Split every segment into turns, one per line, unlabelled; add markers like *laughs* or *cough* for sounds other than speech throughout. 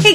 Hey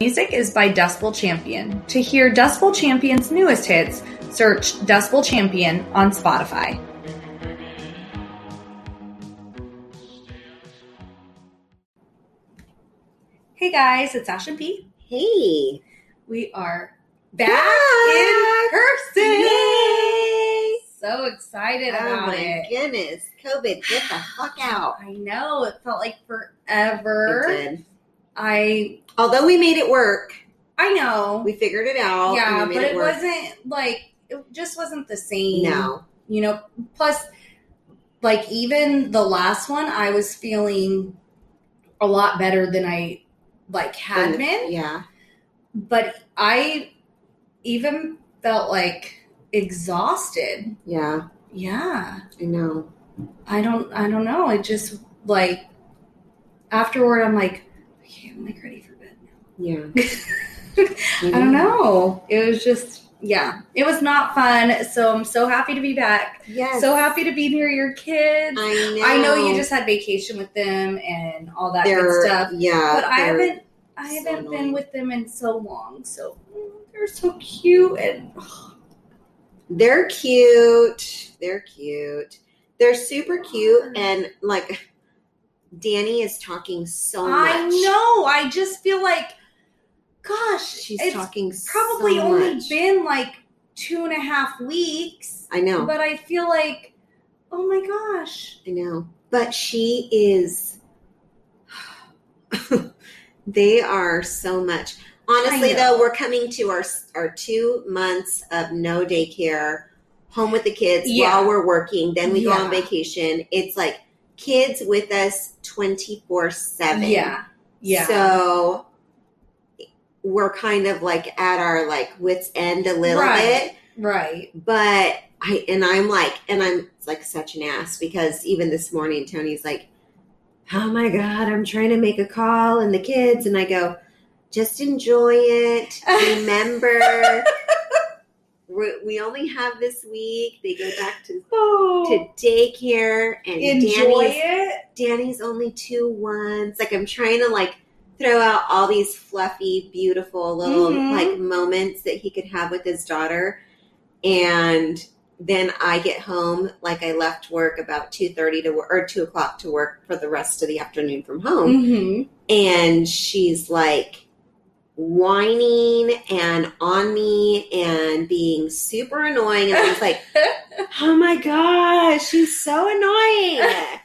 Music is by Dust Bowl Champion. To hear Dust Bowl Champion's newest hits, search Dust Bowl Champion on Spotify. Hey guys, it's Ash and P.
Hey!
We are back in
Back!
person.
Yay!
So excited
Oh
about
my
it.
goodness. COVID, get the fuck out.
I know it felt like
It
forever.
did.
I
Although we made it work,
I know.
we figured it out.
yeah,
and we
but
made
it,
work.
wasn't like it just wasn't the same.
No.
You know, plus like even the last one I was feeling a lot better than I like had been,
Yeah.
but I even felt like exhausted.
Yeah.
Yeah.
I know.
I don't I don't know. It just like afterward I'm like okay, I'm like ready for bed. *laughs*
Yeah.
I don't know. It was just, yeah, it was not fun. So I'm so happy to be back.
Mm-hmm. Yes.
So happy to be near your kids.
I know.
I know you just had vacation with them and all that
they're,
good stuff,
Yeah.
but I
they're-
haven't, I
so
haven't been
annoying.
with them in so long. So mm, they're so cute and
They're cute. They're cute. They're super
Ah.
cute. And like, Danny is talking so much.
I know. I just feel like, gosh,
She's
it's
talking
probably
so
only
much.
been like two and a half weeks,
I know.
but I feel like, oh my gosh.
I know. But she is. *sighs* they are so much. Honestly,
know.
though, we're coming to our our two months of no daycare, home with the kids
Yeah.
while we're working. Then we go on
Yeah.
vacation. It's like kids with us twenty four seven.
Yeah. Yeah.
So we're kind of like at our like wits end a little
Right.
bit
right.
but I and I'm like and I'm like such an ass because even this morning Tony's like, "Oh my god, I'm trying to make a call and the kids," and I go, "Just enjoy it. Remember, we we only have this week. They go back to." To
Oh,
daycare and
enjoy
Danny's,
it.
Danny's only two ones. Like I'm trying to like throw out all these fluffy, beautiful little
Mhm.
like moments that he could have with his daughter. And then I get home like I left work about two thirty to work or two o'clock to work for the rest of the afternoon from home.
Mm-hmm.
And she's like whining and on me and being super annoying. And I was like, oh my gosh, she's so annoying.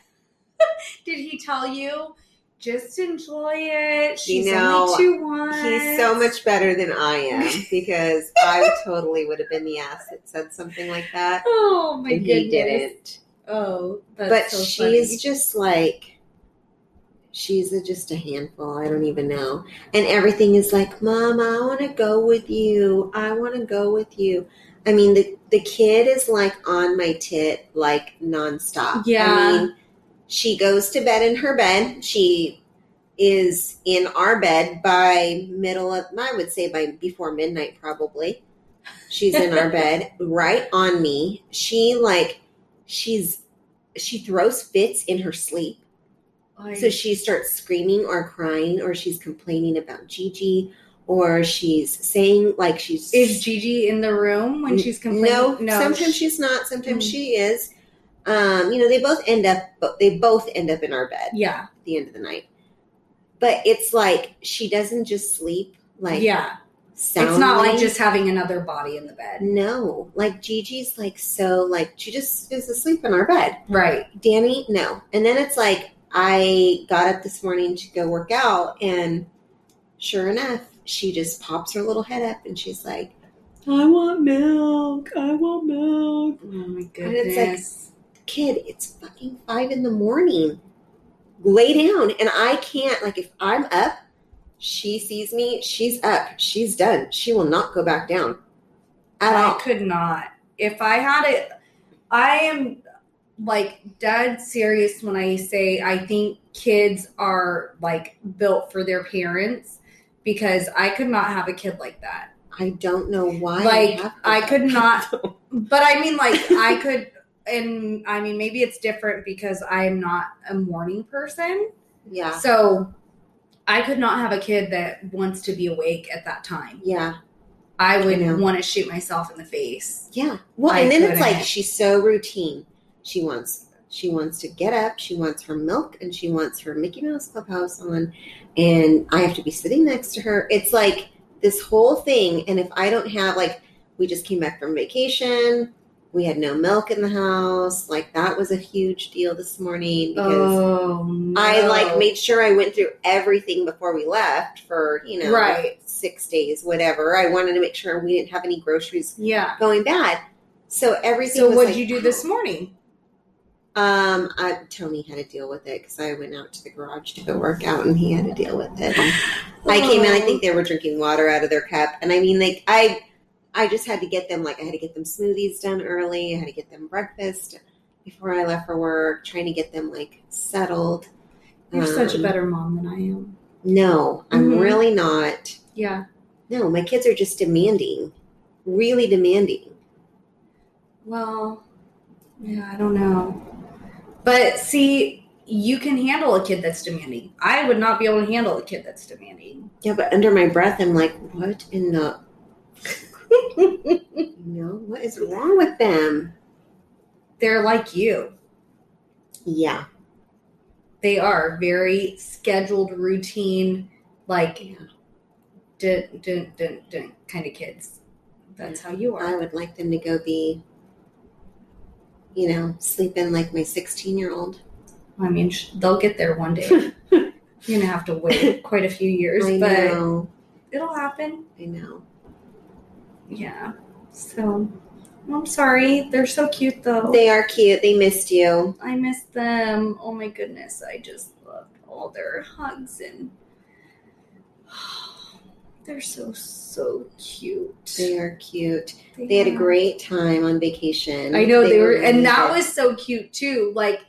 Did he tell you? Just enjoy it. She's
know,
only two ones.
He's so much better than
*laughs*
I am because I totally would have been the ass that said something like that.
Oh my
And
goodness.
he didn't.
Oh, that's
But
so
she's
funny.
just like, she's a, just a handful. I don't even know. And everything is like, Mom, I want to go with you. I want to go with you. I mean, the, the kid is like on my tit, like nonstop.
Yeah.
I mean, she goes to bed in her bed. She is in our bed by middle of I would say by before midnight probably. She's in our bed right on me. She like she's she throws fits in her sleep.
Like,
So she starts screaming or crying or she's complaining about Gigi or she's saying like she's
is Gigi in the room when she's complaining?
no,
no.
sometimes
she-
she's not, sometimes
Mm.
she is. Um, you know, they both end up they both end up in our bed
yeah,
at the end of the night. But it's like she doesn't just sleep like
yeah.
soundly.
It's not like just having another body in the bed,
no. Like Gigi's like so like she just is asleep in our bed.
right?
Danny, no. And then it's like I got up this morning to go work out and sure enough, she just pops her little head up and she's like, I want milk. I want milk.
Oh my
And it's like-
goodness.
Kid, it's fucking five in the morning. Lay down. And I can't like if I'm up, she sees me, she's up, she's done. She will not go back down. at
I
all.
could not. If I had it, I am like dead serious when I say I think kids are like built for their parents because I could not have a kid like that.
I don't know why.
Like,
have to-
I could not, but I mean, like, I could, and I mean, maybe it's different because I'm not a morning person.
Yeah,
So I could not have a kid that wants to be awake at that time.
yeah,
I would
know.
want to shoot myself in the face.
yeah. Well,
I
and then it's
couldn't.
like she's so routine. She wants she wants to get up. She wants her milk, and she wants her Mickey Mouse Clubhouse on, and I have to be sitting next to her. It's like this whole thing. And if I don't have like, we just came back from vacation. We had no milk in the house. Like that was a huge deal this morning because.
oh, no.
I like made sure I went through everything before we left for, you know,
Right.
six days, whatever. I wanted to make sure we didn't have any groceries
Yeah.
going bad. So everything.
So
was
what'd
like-
you do this morning?
Um, I, Tony had to deal with it because I went out to the garage to go work out, and he had to deal with it. And I came
Oh,
in. I think they were drinking water out of their cup, and I mean, like I, I just had to get them. Like I had to get them smoothies done early. I had to get them breakfast before I left for work. Trying to get them like settled.
You're such a
Um,
better mom than I am.
No, I'm
Mhm.
really not.
Yeah.
No, my kids are just demanding, really demanding.
Well, yeah, I don't know. But see, you can handle a kid that's demanding. I would not be able to handle a kid that's demanding.
Yeah, but under my breath, I'm like, what in the, *laughs* you know, what is wrong with them?
They're like you.
Yeah,
They are very scheduled, routine, like dun, dun, dun, dun, kind of kids. That's how you
I
are.
would like them to go be, you know, sleeping like my 16 year old.
I mean, sh- they'll get there one day.
*laughs*
You're gonna have to wait quite a few years,
I
but
know,
it'll happen.
I know.
Yeah. So I'm sorry. They're so cute though.
They are cute. They missed you.
I miss them. Oh my goodness. I just loved all their hugs and *sighs* they're so so cute.
They are cute. They had a
are.
great time on vacation.
I know they, were, and that
really
was so cute too. Like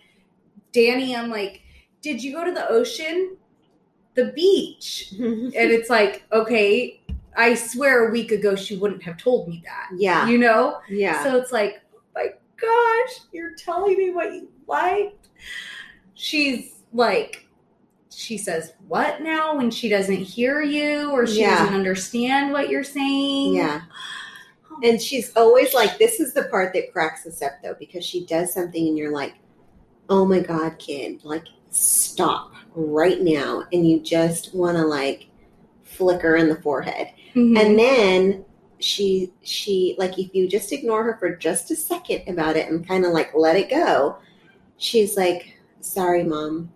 Danny, I'm like, did you go to the ocean? The beach.
good.
And it's like, okay, I swear a week ago she wouldn't have told me that.
*laughs* yeah,
You know?
yeah.
So it's like, oh my gosh, you're telling me what you liked. She's like, she says what now when she doesn't hear you or she
Yeah.
doesn't understand what you're saying.
Yeah. And she's always like, this is the part that cracks us up though, because she does something and you're like, oh my God, kid, like stop right now. And you just want to like flicker in the forehead.
Mhm.
And then she, she, like, if you just ignore her for just a second about it and kind of like let it go, she's like, sorry, mom.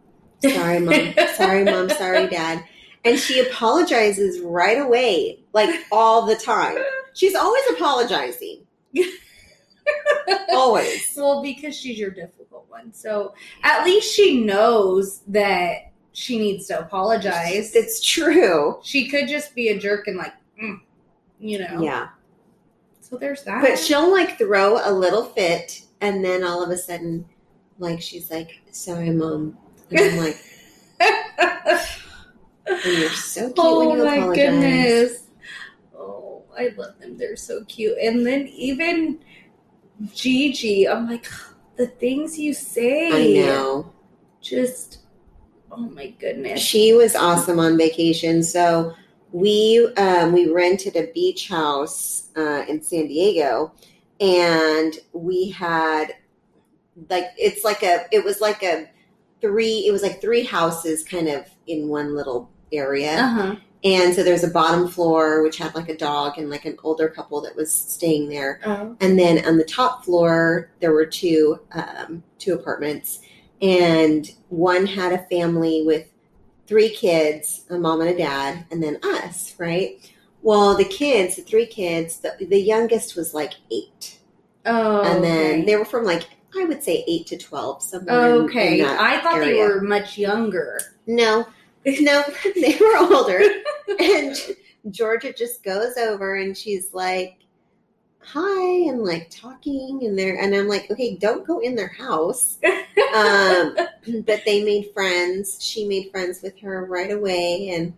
Sorry, mom. sorry, mom. Sorry, dad. And she apologizes right away, like all the time. She's always apologizing. always.
well, because she's your difficult one. So at least she knows that she needs to apologize.
It's true.
She could just be a jerk and like, mm, you know.
Yeah.
So there's that.
But she'll like throw a little fit and then all of a sudden, like she's like, sorry, mom. And I'm like, "And you're so cute when you apologize.
Oh, I love them. They're so cute. And then even Gigi, I'm like, the things you say.
I know.
Just, oh my goodness.
She was awesome on vacation. So we um, we rented a beach house uh, in San Diego, and we had like it's like a it was like a three it was like three houses kind of in one little area.
Uh huh.
And so there's a bottom floor which had like a dog and like an older couple that was staying there.
Oh.
And then on the top floor, there were two um, two apartments, and one had a family with three kids, a mom and a dad, and then us, right? Well, the kids, the three kids, the, the youngest was like eight,
Oh.
and then
okay.
they were from like I would say eight to twelve, somewhere. in- in
Okay,
that
I thought they
area.
were much younger.
No, no, *laughs* they were older. and Georgia just goes over and she's like, hi and like talking and they're and I'm like, okay, don't go in their house. um, but they made friends. She made friends with her right away, and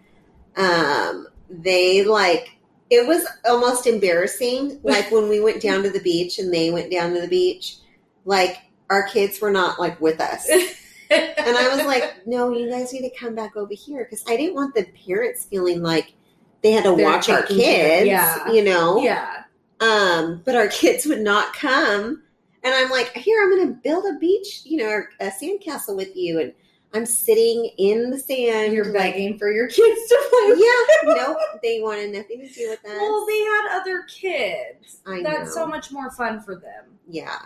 um, they like it was almost embarrassing. Like when we went down to the beach and they went down to the beach, like our kids were not like with us. *laughs* And I was like, no, you guys need to come back over here because I didn't want the parents feeling like they had to
They're
watch our
taking care-
kids,
yeah.
you know?
yeah.
um, but our *laughs* kids would not come. And I'm like, here, I'm going to build a beach, you know, or a sandcastle with you. And I'm sitting in the sand.
And you're
like,
begging for your kids to play. with
*laughs* yeah, nope. They wanted nothing to do with us.
Well, they had other kids.
I
That's
know.
so much more fun for them.
yeah.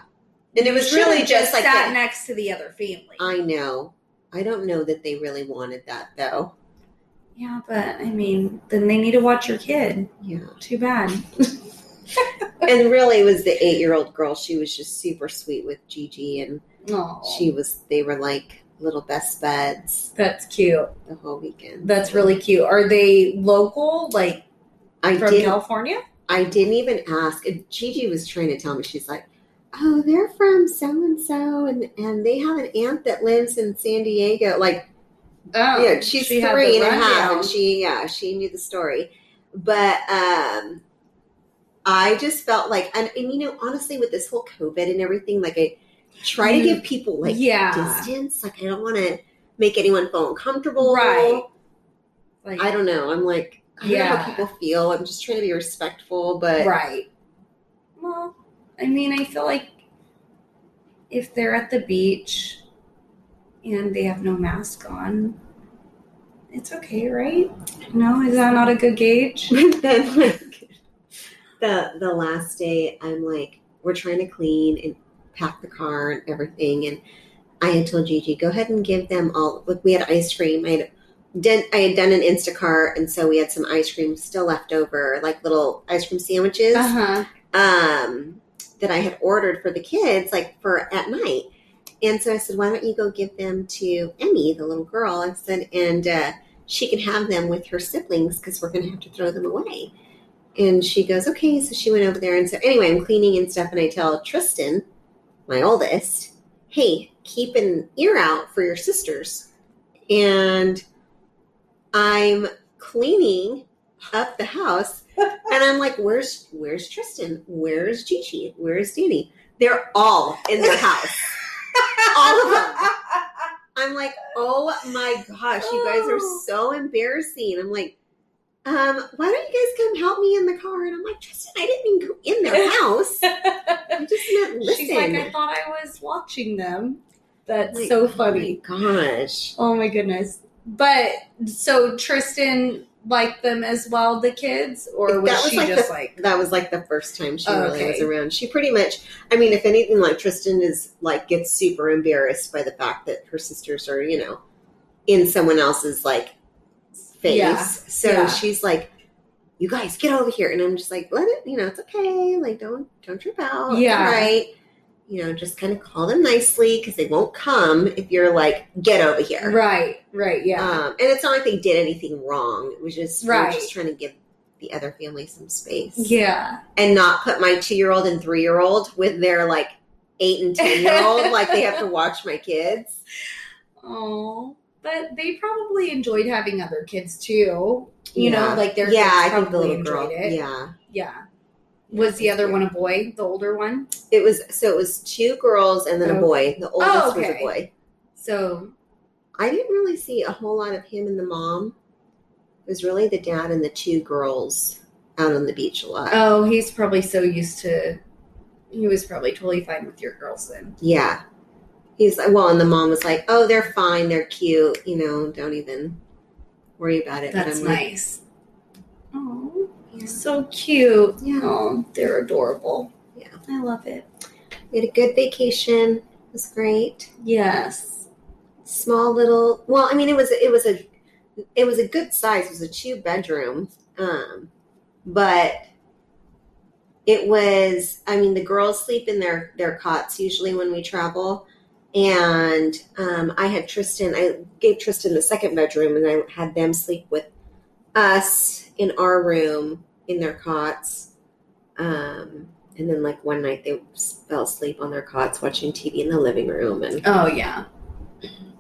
And it was
Should've
really just like
sat
that.
next to the other family.
I know. I don't know that they really wanted that though.
yeah, but I mean, then they need to watch your kid.
Yeah.
Too bad.
and really, it was the eight year old girl. She was just super sweet with Gigi, and
Oh,
she was, they were like little best buds
that's cute.
the whole weekend.
That's really cute. Are they local, like
I
from
did
California?
I didn't even ask. And Gigi was trying to tell me, she's like, oh, they're from so and so, and and they have an aunt that lives in San Diego. Like,
Oh,
yeah, she's
she had
three
the
and a half,
rundown.
and she yeah, she knew the story. But um, I just felt like, and, and you know, honestly, with this whole COVID and everything, like I try to
You-
give people like
Mm. yeah,
distance. Like I don't want to make anyone feel uncomfortable.
Right. like,
I don't know. I'm like. I don't know
Yeah.
how people feel. I'm just trying to be respectful, but
right. Well, I mean, I feel like if they're at the beach and they have no mask on, it's okay, right? No, is that not a good
*laughs*
gauge?
*laughs* But then like the the last day I'm like we're trying to clean and pack the car and everything and I had told Gigi go ahead and give them all like we had ice cream I had done I had done an Instacart and so we had some ice cream still left over like little ice cream sandwiches
Uh *laughs* huh.
um that I had ordered for the kids like for at night and so I said why don't you go give them to Emmy the little girl I said and uh she can have them with her siblings because we're going to have to throw them away. And she goes, okay. So she went over there. And so, anyway, I'm cleaning and stuff. And I tell Tristan, my oldest, hey, keep an ear out for your sisters. And I'm cleaning up the house. And I'm like, where's where's Tristan? Where's Gigi? Where's Danny? They're all in the house.
*laughs*
all of them. I'm like, oh my gosh, you guys are
Oh.
so embarrassing. I'm like, um, why don't you guys come help me in the car? And I'm like, Tristan, I didn't even go
*laughs*
in their house. I just meant listen.
She's like, I thought I was watching them. That's
Like,
so
oh
funny.
my gosh.
Oh my goodness. But so Tristan liked them as well, the kids, or was,
That was
she
like
just like
That was like the first time she
Oh,
really was
okay.
around. She pretty much, I mean, if anything, like Tristan is like gets super embarrassed by the fact that her sisters are, you know, in someone else's like face.
Yeah.
So
Yeah.
she's like, "You guys get over here," and I'm just like, "Let it, you know, it's okay. Like, don't don't trip out. It's
Yeah.
all right. You know, just kind of call them nicely because they won't come if you're like, get over here."
right, right, yeah.
Um, and it's not like they did anything wrong. It was just we were
Right.
just trying to give the other family some space
yeah.
and not put my two year old and three year old with their like eight and ten year old like they have to watch my kids.
Oh. But they probably enjoyed having other kids too. You
Yeah.
know, like their
yeah, I
kids
think the
probably
little girl.
enjoyed it.
Yeah.
Yeah. Was the other one a boy, the older one?
It was so it was two girls and then a boy. The oldest was a
Oh. okay.
boy.
So
I didn't really see a whole lot of him and the mom. It was really the dad and the two girls out on the beach a lot.
oh he's probably so used to he was probably totally fine with your girls then.
Yeah. He's like, well, and the mom was like, "Oh, they're fine. They're cute. You know, don't even worry about it." But
That's
I'm like,
nice. Oh.
yeah.
So cute.
Yeah.
Oh, they're adorable.
Yeah.
I love it.
We had a good vacation. It was great.
Yes.
Small little. Well, I mean, it was it was a it was a good size. It was a two bedroom. Um, but it was. I mean, the girls sleep in their their cots usually when we travel. And um, I had Tristan. I gave Tristan the second bedroom, and I had them sleep with us in our room in their cots. Um, and then like one night they s- fell asleep on their cots watching TV in the living room, and
Oh yeah,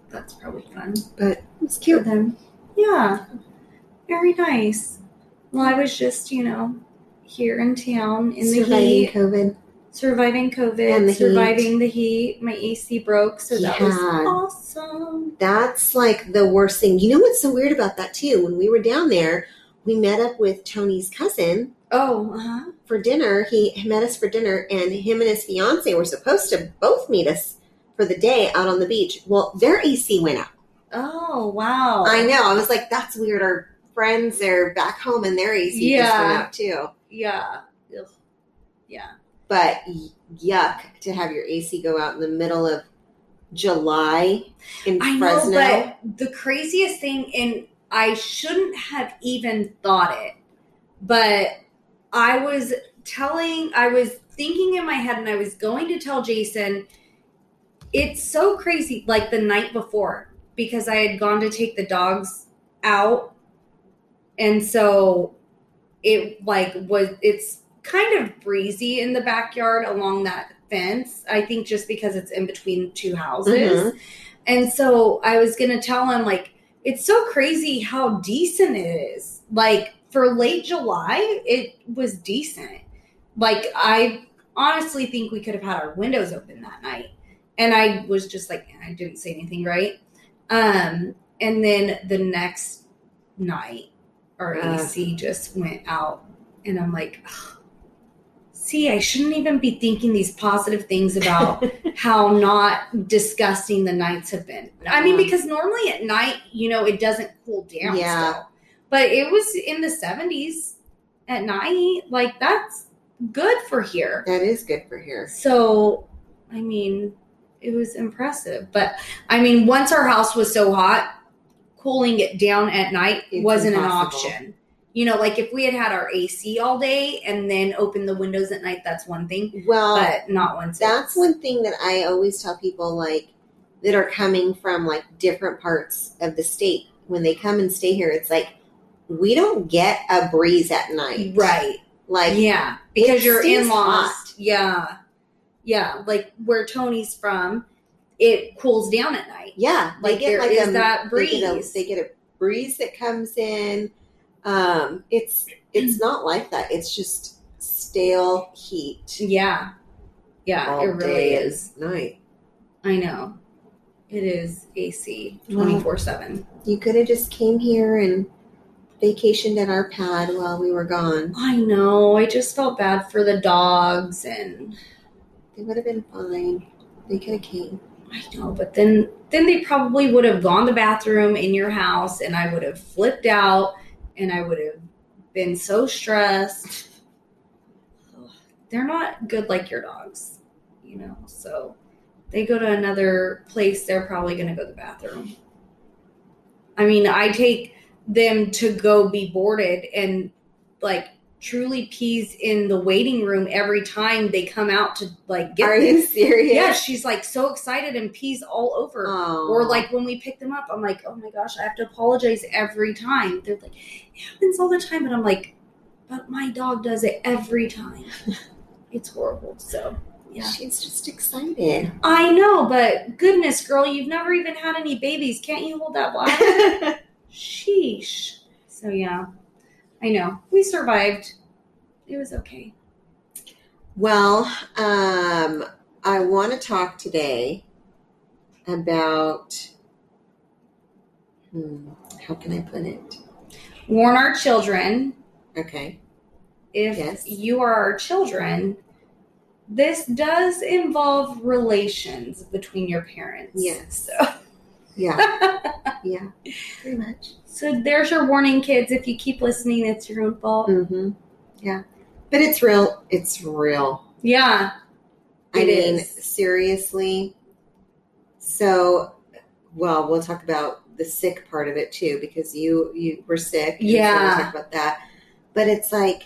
that's probably fun.
but it was cute.
them. Yeah, very nice. Well, I was just you know here in town in the
Surviving
heat,
COVID.
surviving COVID,
And the heat.
surviving the heat. My AC broke, so that was
Yeah.
awesome.
That's like the worst thing. You know what's so weird about that too? When we were down there, we met up with Tony's cousin,
Oh, uh-huh.
for dinner. He met us for dinner, and him and his fiance were supposed to both meet us for the day out on the beach. Well, their AC went out.
oh wow.
I know. I was like, that's weird. Our friends are back home, and their AC just went
Yeah.
out too.
Yeah. Ugh. Yeah.
But y- yuck to have your AC go out in the middle of July in
I
Fresno.
know, but the craziest thing, and I shouldn't have even thought it, but I was telling, I was thinking in my head, and I was going to tell Jason, it's so crazy, like the night before, because I had gone to take the dogs out. And so it like was, it's kind of breezy in the backyard along that fence. I think just because it's in between two houses.
Mhm.
And so I was going to tell him, like, it's so crazy how decent it is. Like, for late July, it was decent. Like, I honestly think we could have had our windows open that night. And I was just like, I didn't say anything, right? Um, and then the next night, our
Ugh.
AC just went out. And I'm like, "Ugh. see, I shouldn't even be thinking these positive things about
*laughs*
how not disgusting the nights have been. I mean,
Yeah.
because normally at night, you know, it doesn't cool down.
Yeah.
still. But it was in the 70s at night. Like, that's good for here.
that is good for here.
So, I mean, it was impressive. But I mean, once our house was so hot, cooling it down at night
It's
wasn't
impossible.
an option. You know, like if we had had our AC all day and then opened the windows at night, that's one thing.
Well,
But not once.
Um, That's one thing that I always tell people like that are coming from like different parts of the state when they come and stay here. It's like we don't get a breeze at night,
right.
Like
yeah because
it
you're
stays
in laws
hot.
yeah yeah like where tony's from it cools down at night
yeah, they
like
get
there is
like a,
that
They
breeze
get, a, they get a breeze that comes in. Um, it's it's
Mm.
not like that. It's just stale heat
yeah yeah
all
it really
day and
is
night.
i know it is ac
Well-
24 7
You could have just came here and vacationed at our pad while we were gone.
i know i just felt bad for the dogs and
They would have been fine. They could have came.
i know but then then they probably would have gone to the bathroom in your house and i would have flipped out and i would have been so stressed they're not good like your dogs, you know. So they go to another place, they're probably going to go to the bathroom. I mean, I take them to go be boarded and like truly pees in the waiting room every time they come out to like get
Are
them.
you serious?
Yeah, she's like so excited and pees all over
Oh.
or like when we pick them up, I'm like, oh my gosh, I have to apologize every time. They're like, it happens all the time, but I'm like, but my dog does it every time. it's horrible. So yeah,
she's just excited.
I know, but goodness, girl, you've never even had any babies. Can't you hold that line? Sheesh. So yeah, I know we survived. It was okay.
well, um, I want to talk today about hmm, how can I put it?
Warn our children
Okay.
if
Yes.
you are our children. This does involve relations between your parents.
Yes.
So.
*laughs* Yeah. yeah. Pretty much.
So there's your warning, kids. If you keep listening, it's your own fault.
Mm-hmm. Yeah. But it's real. It's real.
Yeah.
I
It
mean,
is.
seriously. So, well, we'll talk about the sick part of it too, because you you were sick. and so
Yeah.
we'll talk about that. But it's like,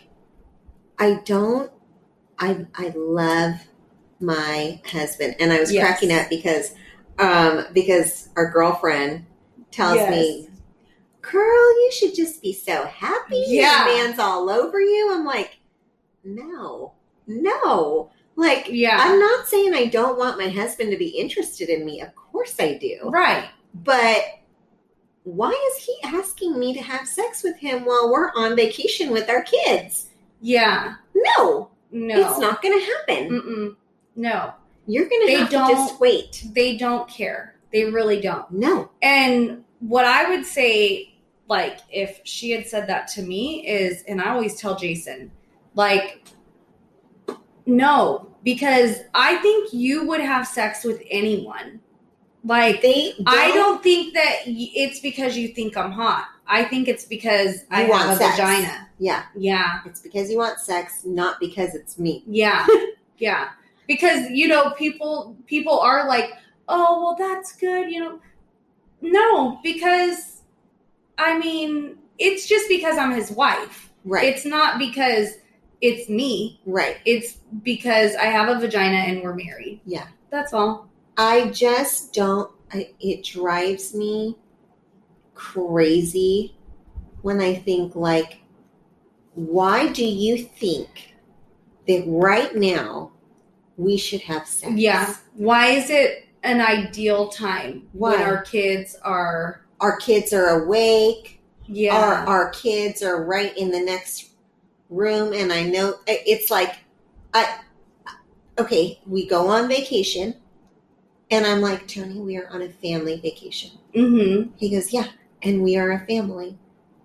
I don't. I I love my husband, and I was
Yes.
cracking up because, um, because our girlfriend tells me, "Girl, you should just be so happy. Your
Yeah.
man's all over you." I'm like, no, no. Like,
Yeah.
I'm not saying I don't want my husband to be interested in me. Of course I do.
Right.
But why is he asking me to have sex with him while we're on vacation with our kids?
Yeah.
No,
No.
it's not going to happen.
Mm-mm. No.
You're going
They
to have
don't-
to just wait.
They don't care. They really don't.
No.
And what I would say, like, if she had said that to me, is, and I always tell Jason, like, no, because I think you would have sex with anyone. Like,
They
I don't think that y- it's because you think I'm hot. I think it's because I
You want
have a
sex.
vagina.
Yeah,
Yeah,
it's because you want sex, not because it's me. *laughs*
yeah, yeah. Because you know, people people are like, oh, well, that's good. You know, no, because I mean, it's just because I'm his wife.
Right.
It's not because it's me.
right.
It's because I have a vagina and we're married.
Yeah.
that's all.
I just don't. I, it drives me crazy when I think, like, why do you think that right now we should have sex?
Yeah. Why is it an ideal time when
Why?
our kids are?
Our kids are awake.
Yeah.
Our, our kids are right in the next room. And I know i- it's like, I, okay, we go on vacation. And I'm like, Tony, we are on a family vacation.
mm-hmm.
He goes, Yeah, and we are a family.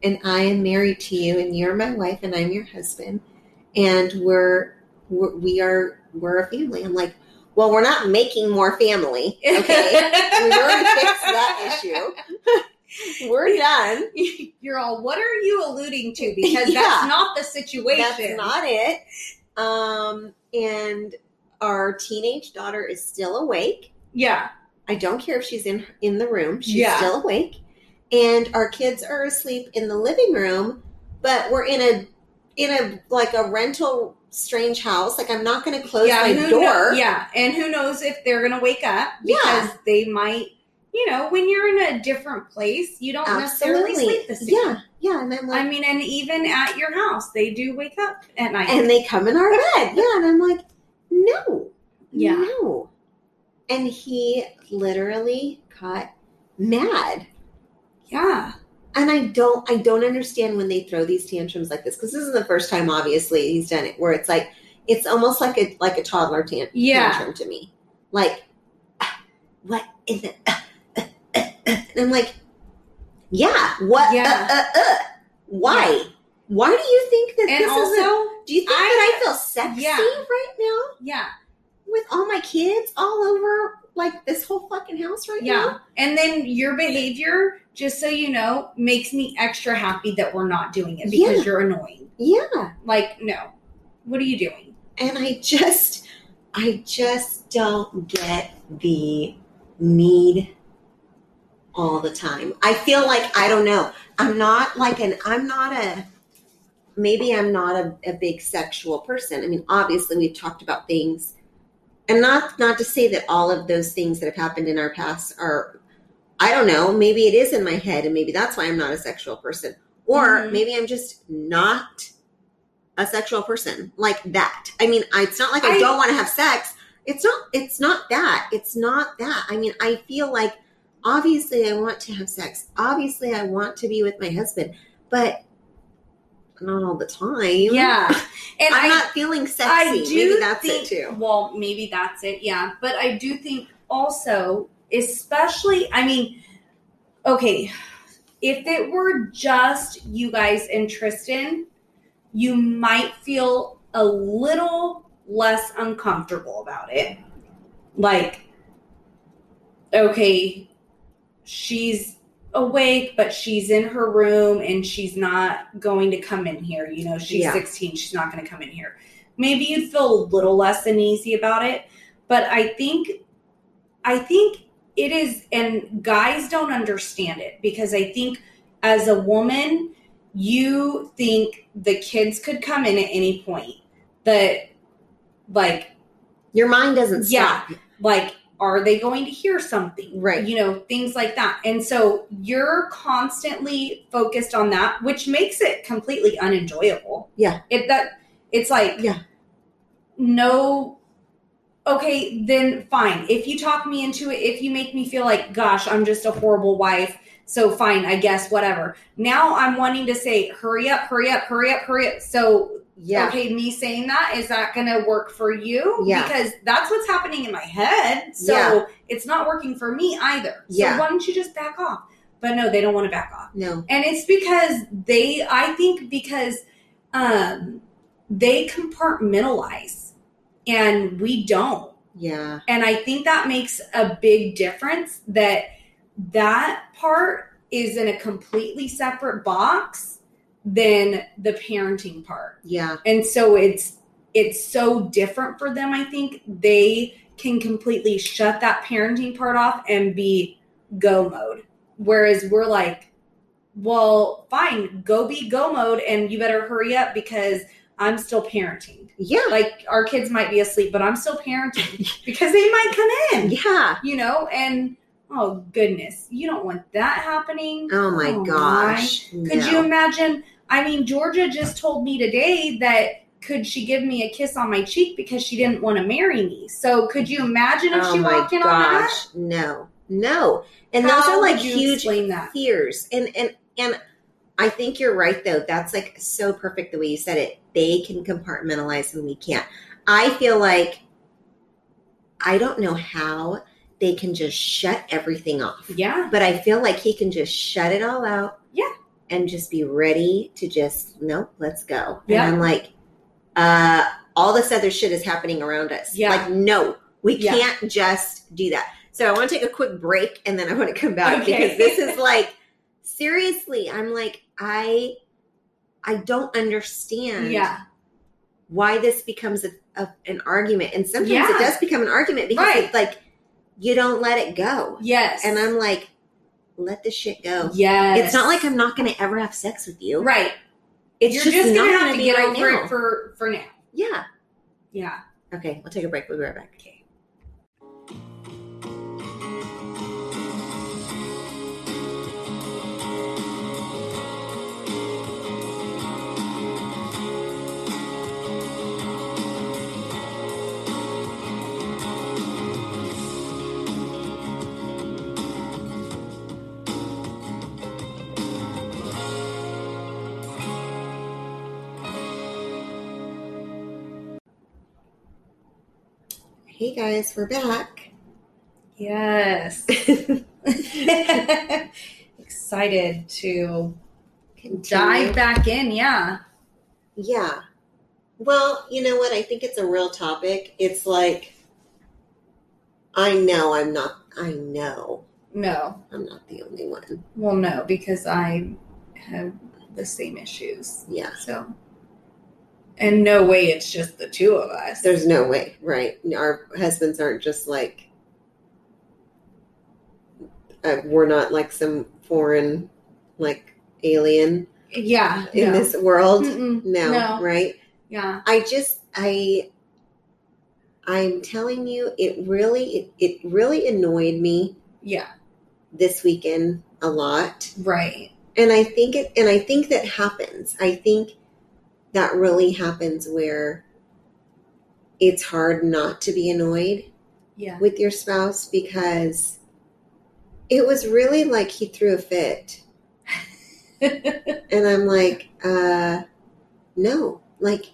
And I am married to you, and you're my wife, and I'm your husband. And we're, we're we are we're a family. I'm like, well, we're not making more family.
*laughs*
Okay. we already fixed that issue. *laughs* we're done.
*laughs* You're all, what are you alluding to? Because
Yeah.
that's not the situation.
That's not it. Um, and our teenage daughter is still awake.
yeah.
I don't care if she's in in the room. She's
Yeah.
still awake. And our kids are asleep in the living room, but we're in a in a like a rental strange house. Like I'm not going to close
yeah.
my
who
door.
kno- yeah. And who knows if they're going to wake up because
Yeah.
they might, you know, when you're in a different place, you don't necessarily
Absolutely.
sleep the same.
Yeah. Yeah, and I'm like
I mean, and even at your house, they do wake up at night.
and they come
*laughs*
in our bed. Yeah, and I'm like, "No."
Yeah.
No. And he literally got mad.
yeah.
and I don't I don't understand when they throw these tantrums like this because this is the first time obviously he's done it where it's like it's almost like a like a toddler tan-
Yeah.
tantrum to me like "Ah, what in the uh, uh, uh, uh," and I'm like yeah what
Yeah.
Uh, uh, uh, why why do you think that
And
this is a,
also,
do you think
I-
that I feel sexy
Yeah.
right now
yeah.
with all my kids all over like this whole fucking house right
Yeah.
now
And then your behavior, just so you know, makes me extra happy that we're not doing it because you're annoying.
yeah
Like, no. What are you doing?
and I just I just don't get the need all the time. I feel like I don't know. I'm not like an I'm not a maybe I'm not a, a big sexual person. I mean, obviously we've talked about things and not not to say that all of those things that have happened in our past are I don't know, maybe it is in my head and maybe that's why I'm not a sexual person. Or
Mhm.
maybe I'm just not a sexual person like that. I mean, I, it's not like I,
I-
don't want to have sex. It's not. It's not that. It's not that. I mean, I feel like obviously I want to have sex. Obviously, I want to be with my husband, but not all the time.
Yeah. *laughs* And
I'm
I,
not feeling sexy.
I do
Maybe that's
think,
it too.
Well, maybe that's it. Yeah. But I do think also, especially, I mean, okay, if it were just you guys and Tristan, you might feel a little less uncomfortable about it. Like, okay, she's awake, but she's in her room and she's not going to come in here. You know, she's
Yeah.
16, she's not going to come in here. Maybe you'd feel a little less uneasy about it, but I think, I think it is, and guys don't understand it because I think as a woman, you think the kids could come in at any point. That, like,
Your mind doesn't
Yeah.
stop.
like are they going to hear something
Right.
you know things like that and so you're constantly focused on that which makes it completely unenjoyable
Yeah.
it that It's like
Yeah.
no okay, then fine. If you talk me into it, if you make me feel like gosh, I'm just a horrible wife, so fine, I guess whatever. Now I'm wanting to say hurry up, hurry up, hurry up, hurry up. So
Yeah.
okay, me saying that is that going to work for you?
Yeah.
Because that's what's happening in my head. So
Yeah.
it's not working for me either. So
Yeah.
why don't you just back off? But no, they don't want to back off.
No.
And it's because they I think because um they compartmentalize and we don't.
Yeah.
And I think that makes a big difference that that part is in a completely separate box than the parenting part
Yeah.
and so it's it's so different for them i think they can completely shut that parenting part off and be go mode whereas we're like well fine go be go mode and you better hurry up because i'm still parenting
Yeah.
like our kids might be asleep but i'm still parenting
*laughs*
because they might come in
Yeah.
you know and oh goodness you don't want that happening
Oh my
Oh my.
gosh.
could
No.
you imagine? I mean, Georgia just told me today that could she give me a kiss on my cheek because she didn't want to marry me. So could you imagine if
oh
she
my
walked in
gosh.
on that?
No. No. And those
How
are like
would you
huge
Explain that.
fears. And and and I think you're right though. That's like so perfect the way you said it. They can compartmentalize and we can't. I feel like I don't know how they can just shut everything off.
Yeah,
But I feel like he can just shut it all out.
Yeah.
And just be ready to just nope, let's go.
Yeah.
And I'm like, uh, all this other shit is happening around us.
Yeah.
Like, no, we
Yeah.
can't just do that. So I want to take a quick break and then I want to come back
Okay.
because this is like seriously, I'm like, I I don't understand
yeah,
why this becomes a, a, an argument. And sometimes
Yeah.
it does become an argument because
Right.
it's like you don't let it go.
yes.
And I'm like, let the shit go.
yes.
It's not like I'm not going to ever have sex with you.
right.
It's
You're
just,
just,
not
gonna have
gonna
to
be
get
right
over
now.
it for for now.
yeah.
Yeah.
Okay, we'll take a break. We'll be right back.
Okay.
Hey guys, we're back. *laughs*
Yes. *laughs* Excited to dive back in. Yeah.
Yeah. Well, you know what? I think it's a real topic. It's like, I know I'm not, I know
No.
I'm not the only one.
Well, no, because I have the same issues.
Yeah.
So, and no way it's just the two of us.
There's no way, right? Our husbands aren't just like, uh, we're not like some foreign, like alien
yeah,
in
no.
this world.
Mm-mm.
No,
No.
right?
yeah,
I just, I, I'm telling you, it really, it, it really annoyed me
yeah,
this weekend a lot
right,
and i think it and i think that happens i think that really happens where it's hard not to be annoyed
yeah,
with your spouse because it was really like he threw a
*laughs*
fit and i'm like uh no like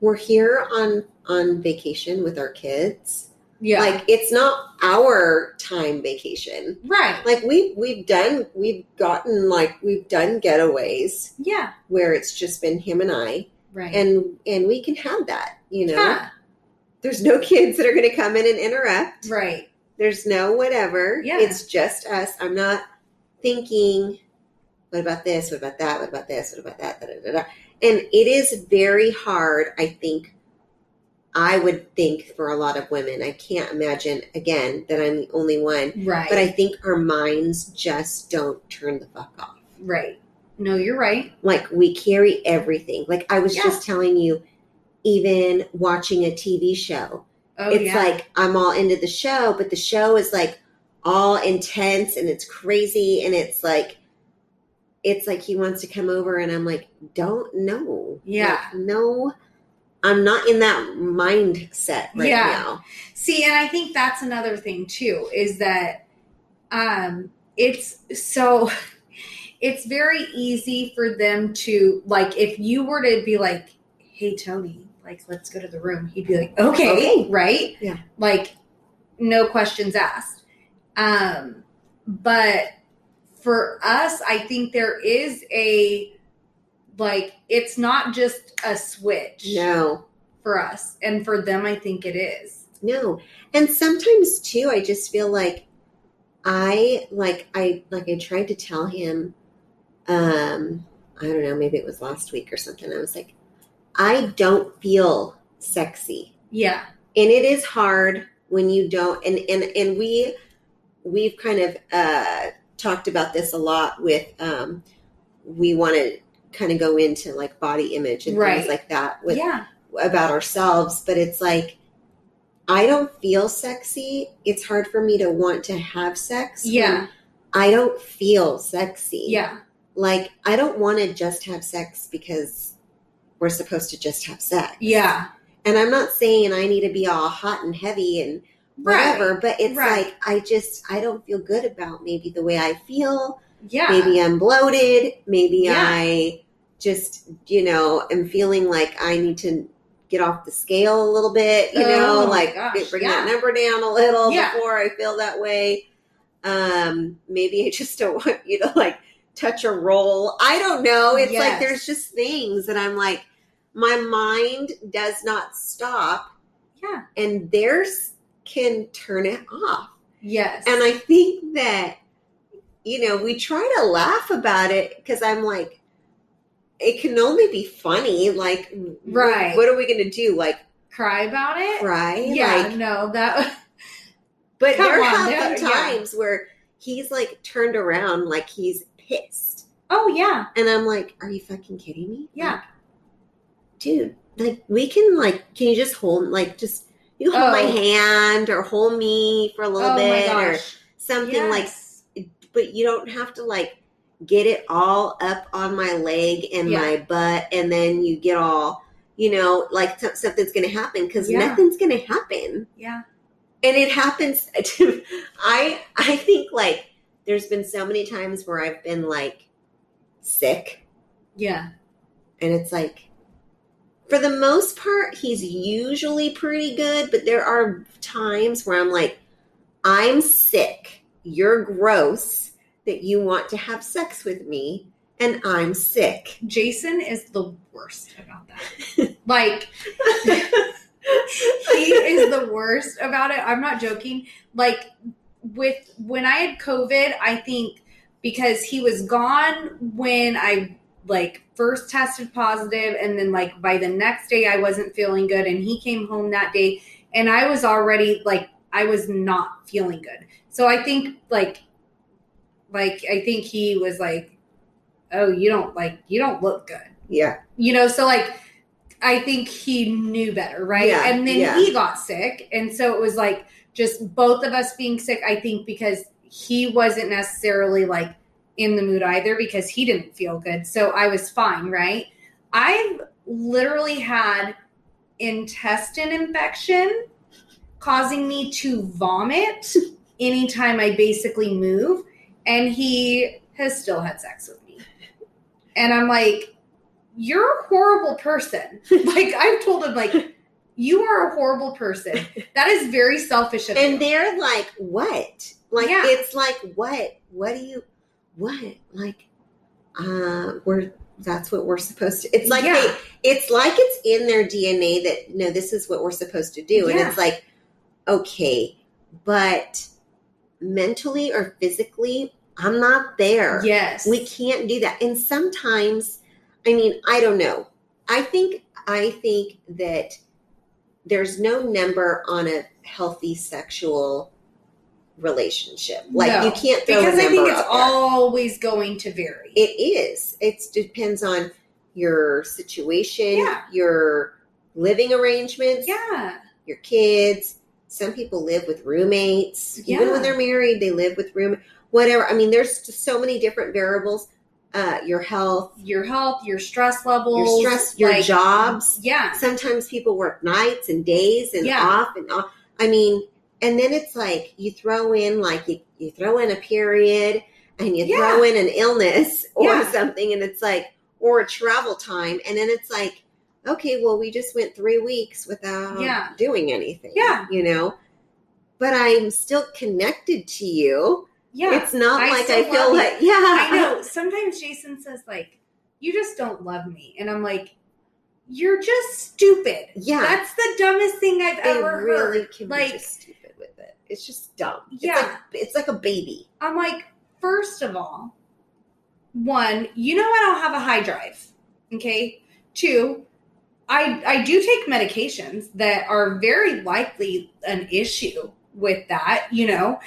we're here on on vacation with our kids
yeah,
like it's not our time vacation
right,
like we we've done we've gotten like we've done getaways
yeah,
where it's just been him and I
right,
and and we can have that you know
yeah,
there's no kids that are going to come in and interrupt
right,
there's no whatever
Yeah.
it's just us I'm not thinking what about this what about that what about this what about that da, da, da, da. and it is very hard I think I would think for a lot of women I can't imagine again that I'm the only one
right,
but I think our minds just don't turn the fuck off.
right. No, you're right.
Like we carry everything. Like I was
Yeah.
just telling you, even watching a TV show,
Oh
it's
yeah,
like I'm all into the show, but the show is like all intense and it's crazy and it's like it's like he wants to come over and I'm like, don't know.
Yeah.
Like, no, I'm not in that mindset right
Yeah.
now.
See, and I think that's another thing too is that um it's so *laughs* it's very easy for them to like if you were to be like, "Hey Tony, like let's go to the room." He'd be like, "Okay."
Okay.
Right?
Yeah.
Like no questions asked. Um but for us, I think there is a like it's not just a switch
No,
for us and for them I think it is.
no. And sometimes too, I just feel like I like I like I tried to tell him, um, I don't know, maybe it was last week or something. I was like, I don't feel sexy.
Yeah.
and it is hard when you don't and and and we we've kind of uh talked about this a lot with um we want to kind of go into like body image and
Right.
things like that with
yeah.
about ourselves but it's like i don't feel sexy it's hard for me to want to have sex when
Yeah.
i don't feel sexy
Yeah.
like i don't want to just have sex because we're supposed to just have sex
Yeah.
and i'm not saying i need to be all hot and heavy and whatever. But it's
Right.
like I just I don't feel good about maybe the way I feel.
Yeah.
Maybe I'm bloated. Maybe
Yeah.
I just you know am feeling like I need to get off the scale a little bit. You
Oh
know,
my
like
gosh,
bring
yeah.
that number down a little
Yeah.
before I feel that way. Um, maybe I just don't want you to like touch a roll. I don't know. It's
Yes.
like there's just things that I'm like my mind does not stop
Yeah.
and theirs can turn it off.
Yes.
And I think that, you know, we try to laugh about it because I'm like, it can only be funny. Like, w-
Right.
What are we going to do? Like,
cry about it.
cry?
Yeah.
Like,
no, that *laughs*
but
Come
there
on,
have
there-
been
yeah.
times where he's like turned around like he's pissed.
Oh yeah.
And I'm like, are you fucking kidding me?
Yeah.
Like, dude, like, we can, like, can you just hold, like, just, you hold
Oh.
my hand or hold me for a little
oh
bit
my
or
gosh.
something like
Yes.
but you don't have to like get it all up on my leg and
Yeah.
my butt and then you get all you know like so- something's gonna happen because
Yeah.
nothing's gonna happen
Yeah.
and it happens *laughs* to i i think like there's been so many times where i've been like sick
Yeah.
and it's like for the most part he's usually pretty good but there are times where i'm like i'm sick you're gross that you want to have sex with me and i'm sick *laughs*
Jason is the worst about that. like he is the worst about it. I'm not joking. Like with when I had COVID, I think because he was gone when I like first tested positive and then like by the next day I wasn't feeling good and he came home that day and I was already like I was not feeling good. So I think like like I think he was like oh you don't like you don't look good
yeah
you know so like i think he knew better right
Yeah,
and then
yeah.
he got sick and so it was like just both of us being sick i think because he wasn't necessarily like in the mood either because he didn't feel good so i was fine right i've literally had intestine infection causing me to vomit anytime i basically move and he has still had sex with me and i'm like you're a horrible person. *laughs* Like I've told him, like you are a horrible person. That is very selfish of
and
you.
they're like what like
Yeah.
it's like what what do you what like uh we're that's what we're supposed to it's like
Yeah.
they it's like it's in their DNA that no, this is what we're supposed to do. And
Yeah.
it's like, okay, but mentally or physically, I'm not there.
yes,
We can't do that. And sometimes, I mean, I don't know. I think I think that there's no number on a healthy sexual relationship. Like
No,
you can't throw
because
a
I think
number
it's
out there.
always going to vary.
It is. It depends on your situation,
Yeah.
your living arrangements,
yeah,
your kids. Some people live with roommates. Even
Yeah.
when they're married, they live with room whatever. I mean, there's just so many different variables. uh, your health,
your health, your stress levels,
your stress, your
like,
jobs.
Yeah.
Sometimes people work nights and days and
Yeah.
off and off. I mean, and then it's like you throw in like you, you throw in a period and you
Yeah.
throw in an illness or
Yeah.
something and it's like or a travel time and then it's like okay, well we just went 3 weeks without
Yeah.
doing anything.
Yeah.
You know. But I'm still connected to you.
Yeah.
It's not
I
like
still
I feel
love you.
like *laughs* yeah.
I know. Sometimes Jason says, like, you just don't love me. And I'm like, you're just stupid.
Yeah.
That's the dumbest thing I've
they
ever
really
heard.
can
Like-
be just stupid with it. It's just dumb.
Yeah.
It's like, it's like a baby.
I'm like, first of all, one, you know I don't have a high drive. Okay. Two, I I do take medications that are very likely an issue with that, you know.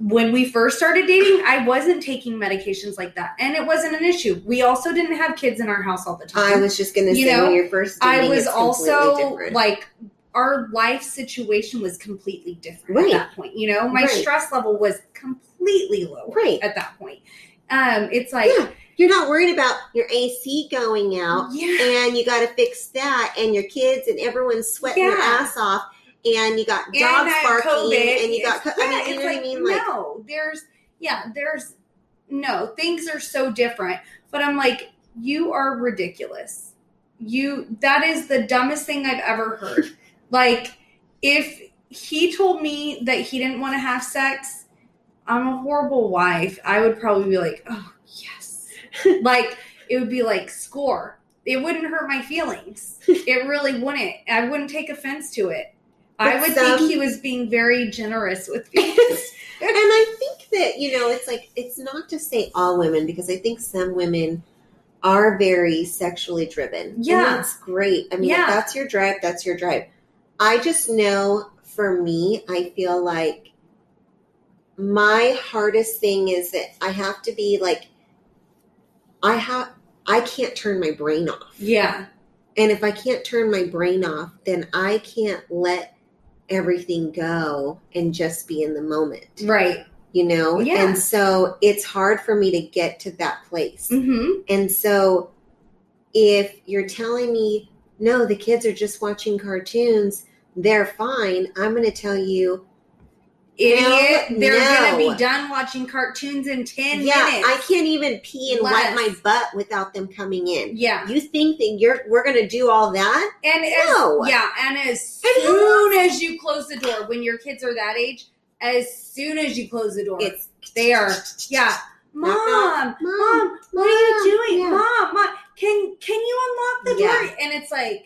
When we first started dating, I wasn't taking medications like that, and it wasn't an issue. We also didn't have kids in our house all the time.
I was just gonna
You
say
know,
when you're first dating,
I was
it's completely
also
different.
like our life situation was completely different
Right.
at that point. You know, my
Right.
stress level was completely lower
Right.
at that point. Um, it's like
yeah, you're not worried about your AC going out,
yeah,
and you got to fix that, and your kids and everyone's sweating their
Yeah.
ass off, and you got
and I
dogs
had
barking,
COVID.
and you got. co-
yeah,
I mean, you
it's
know
like,
what I mean? Like,
no, there's yeah, there's no things are so different. But I'm like, you are ridiculous. You that is the dumbest thing I've ever heard. like, if he told me that he didn't want to have sex, I'm a horrible wife. I would probably be like, oh
*laughs*
yes, like it would be like score. It wouldn't hurt my feelings. It really wouldn't. I wouldn't take offense to it. I
But
would
some-
think he was being very generous with
*laughs*
me.
and I think that you know, it's like it's not to say all women because I think some women are very sexually driven. and
Yeah.
that's great. I mean,
Yeah.
if that's your drive. That's your drive. I just know for me, I feel like my hardest thing is that I have to be like, I have, I can't turn my brain off.
yeah.
And if I can't turn my brain off, then I can't let everything go and just be in the moment
Right.
you know?
Yeah.
And so it's hard for me to get to that place.
Mm-hmm.
And so if you're telling me, no, the kids are just watching cartoons, they're fine, I'm going to tell you,
Idiot. They're
no.
gonna be done watching cartoons in ten
yeah,
minutes.
I can't even pee and
Less.
wipe my butt without them coming in.
yeah.
You think that you're we're going to do all that?
And as,
No.
yeah, and as
And who
soon as you close the door, when your kids are that age, as soon as you close the door,
It's
they are
*laughs*
yeah. Mom,
Knock, knock.
mom,
Mom,
what are you doing,
yeah.
mom? Mom, can can you unlock the
Yeah.
door? And it's like,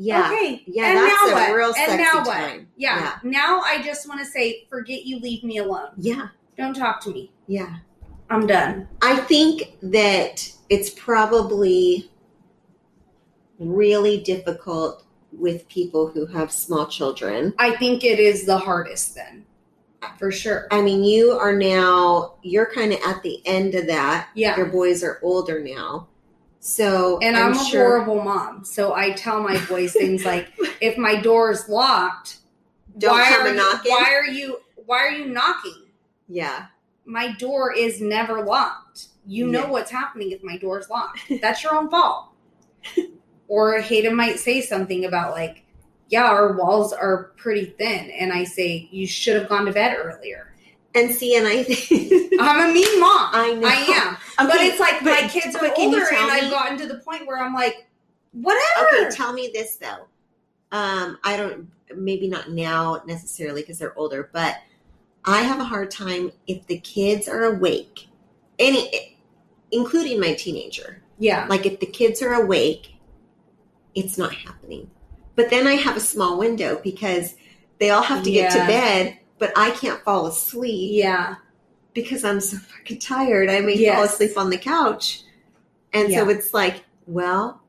yeah.
okay,
Yeah,
and
that's
now
a
what?
real
and
sexy
now what?
time.
Yeah.
Yeah.
Now I just want to say, forget you, leave me alone.
Yeah.
Don't talk to me.
Yeah.
I'm done.
I think that it's probably really difficult with people who have small children.
I think it is the hardest then, for sure.
I mean, you are now, you're kind of at the end of that.
Yeah.
Your boys are older now. So,
And I'm, a
sure.
horrible mom, so I tell my boys things like, if my door is locked,
*laughs* Don't
why
come
are
and
you,
knock it.
Why are you? Why are you knocking?
Yeah.
my door is never locked. You know
Yeah.
what's happening if my door is locked. That's your own fault. *laughs* or Hayden might say something about like, yeah, our walls are pretty thin, and I say you should have gone to bed earlier.
And see, and I *laughs* think.
I'm a mean mom.
I know.
I am, but
*laughs* Okay,
it's like my
but-
kids
but
are
can you
older,
tell
and I've
me-
gotten to the point where I'm like, whatever.
Okay, tell me this though. Um, I don't, maybe not now necessarily because they're older, but I have a hard time if the kids are awake, any, including my teenager.
yeah,
Like if the kids are awake, it's not happening. But then I have a small window because they all have to get to
Yeah.
bed, but I can't fall asleep
yeah,
because I'm so fucking tired. I may fall
Yes.
asleep on the couch. And so
Yeah.
it's like, well,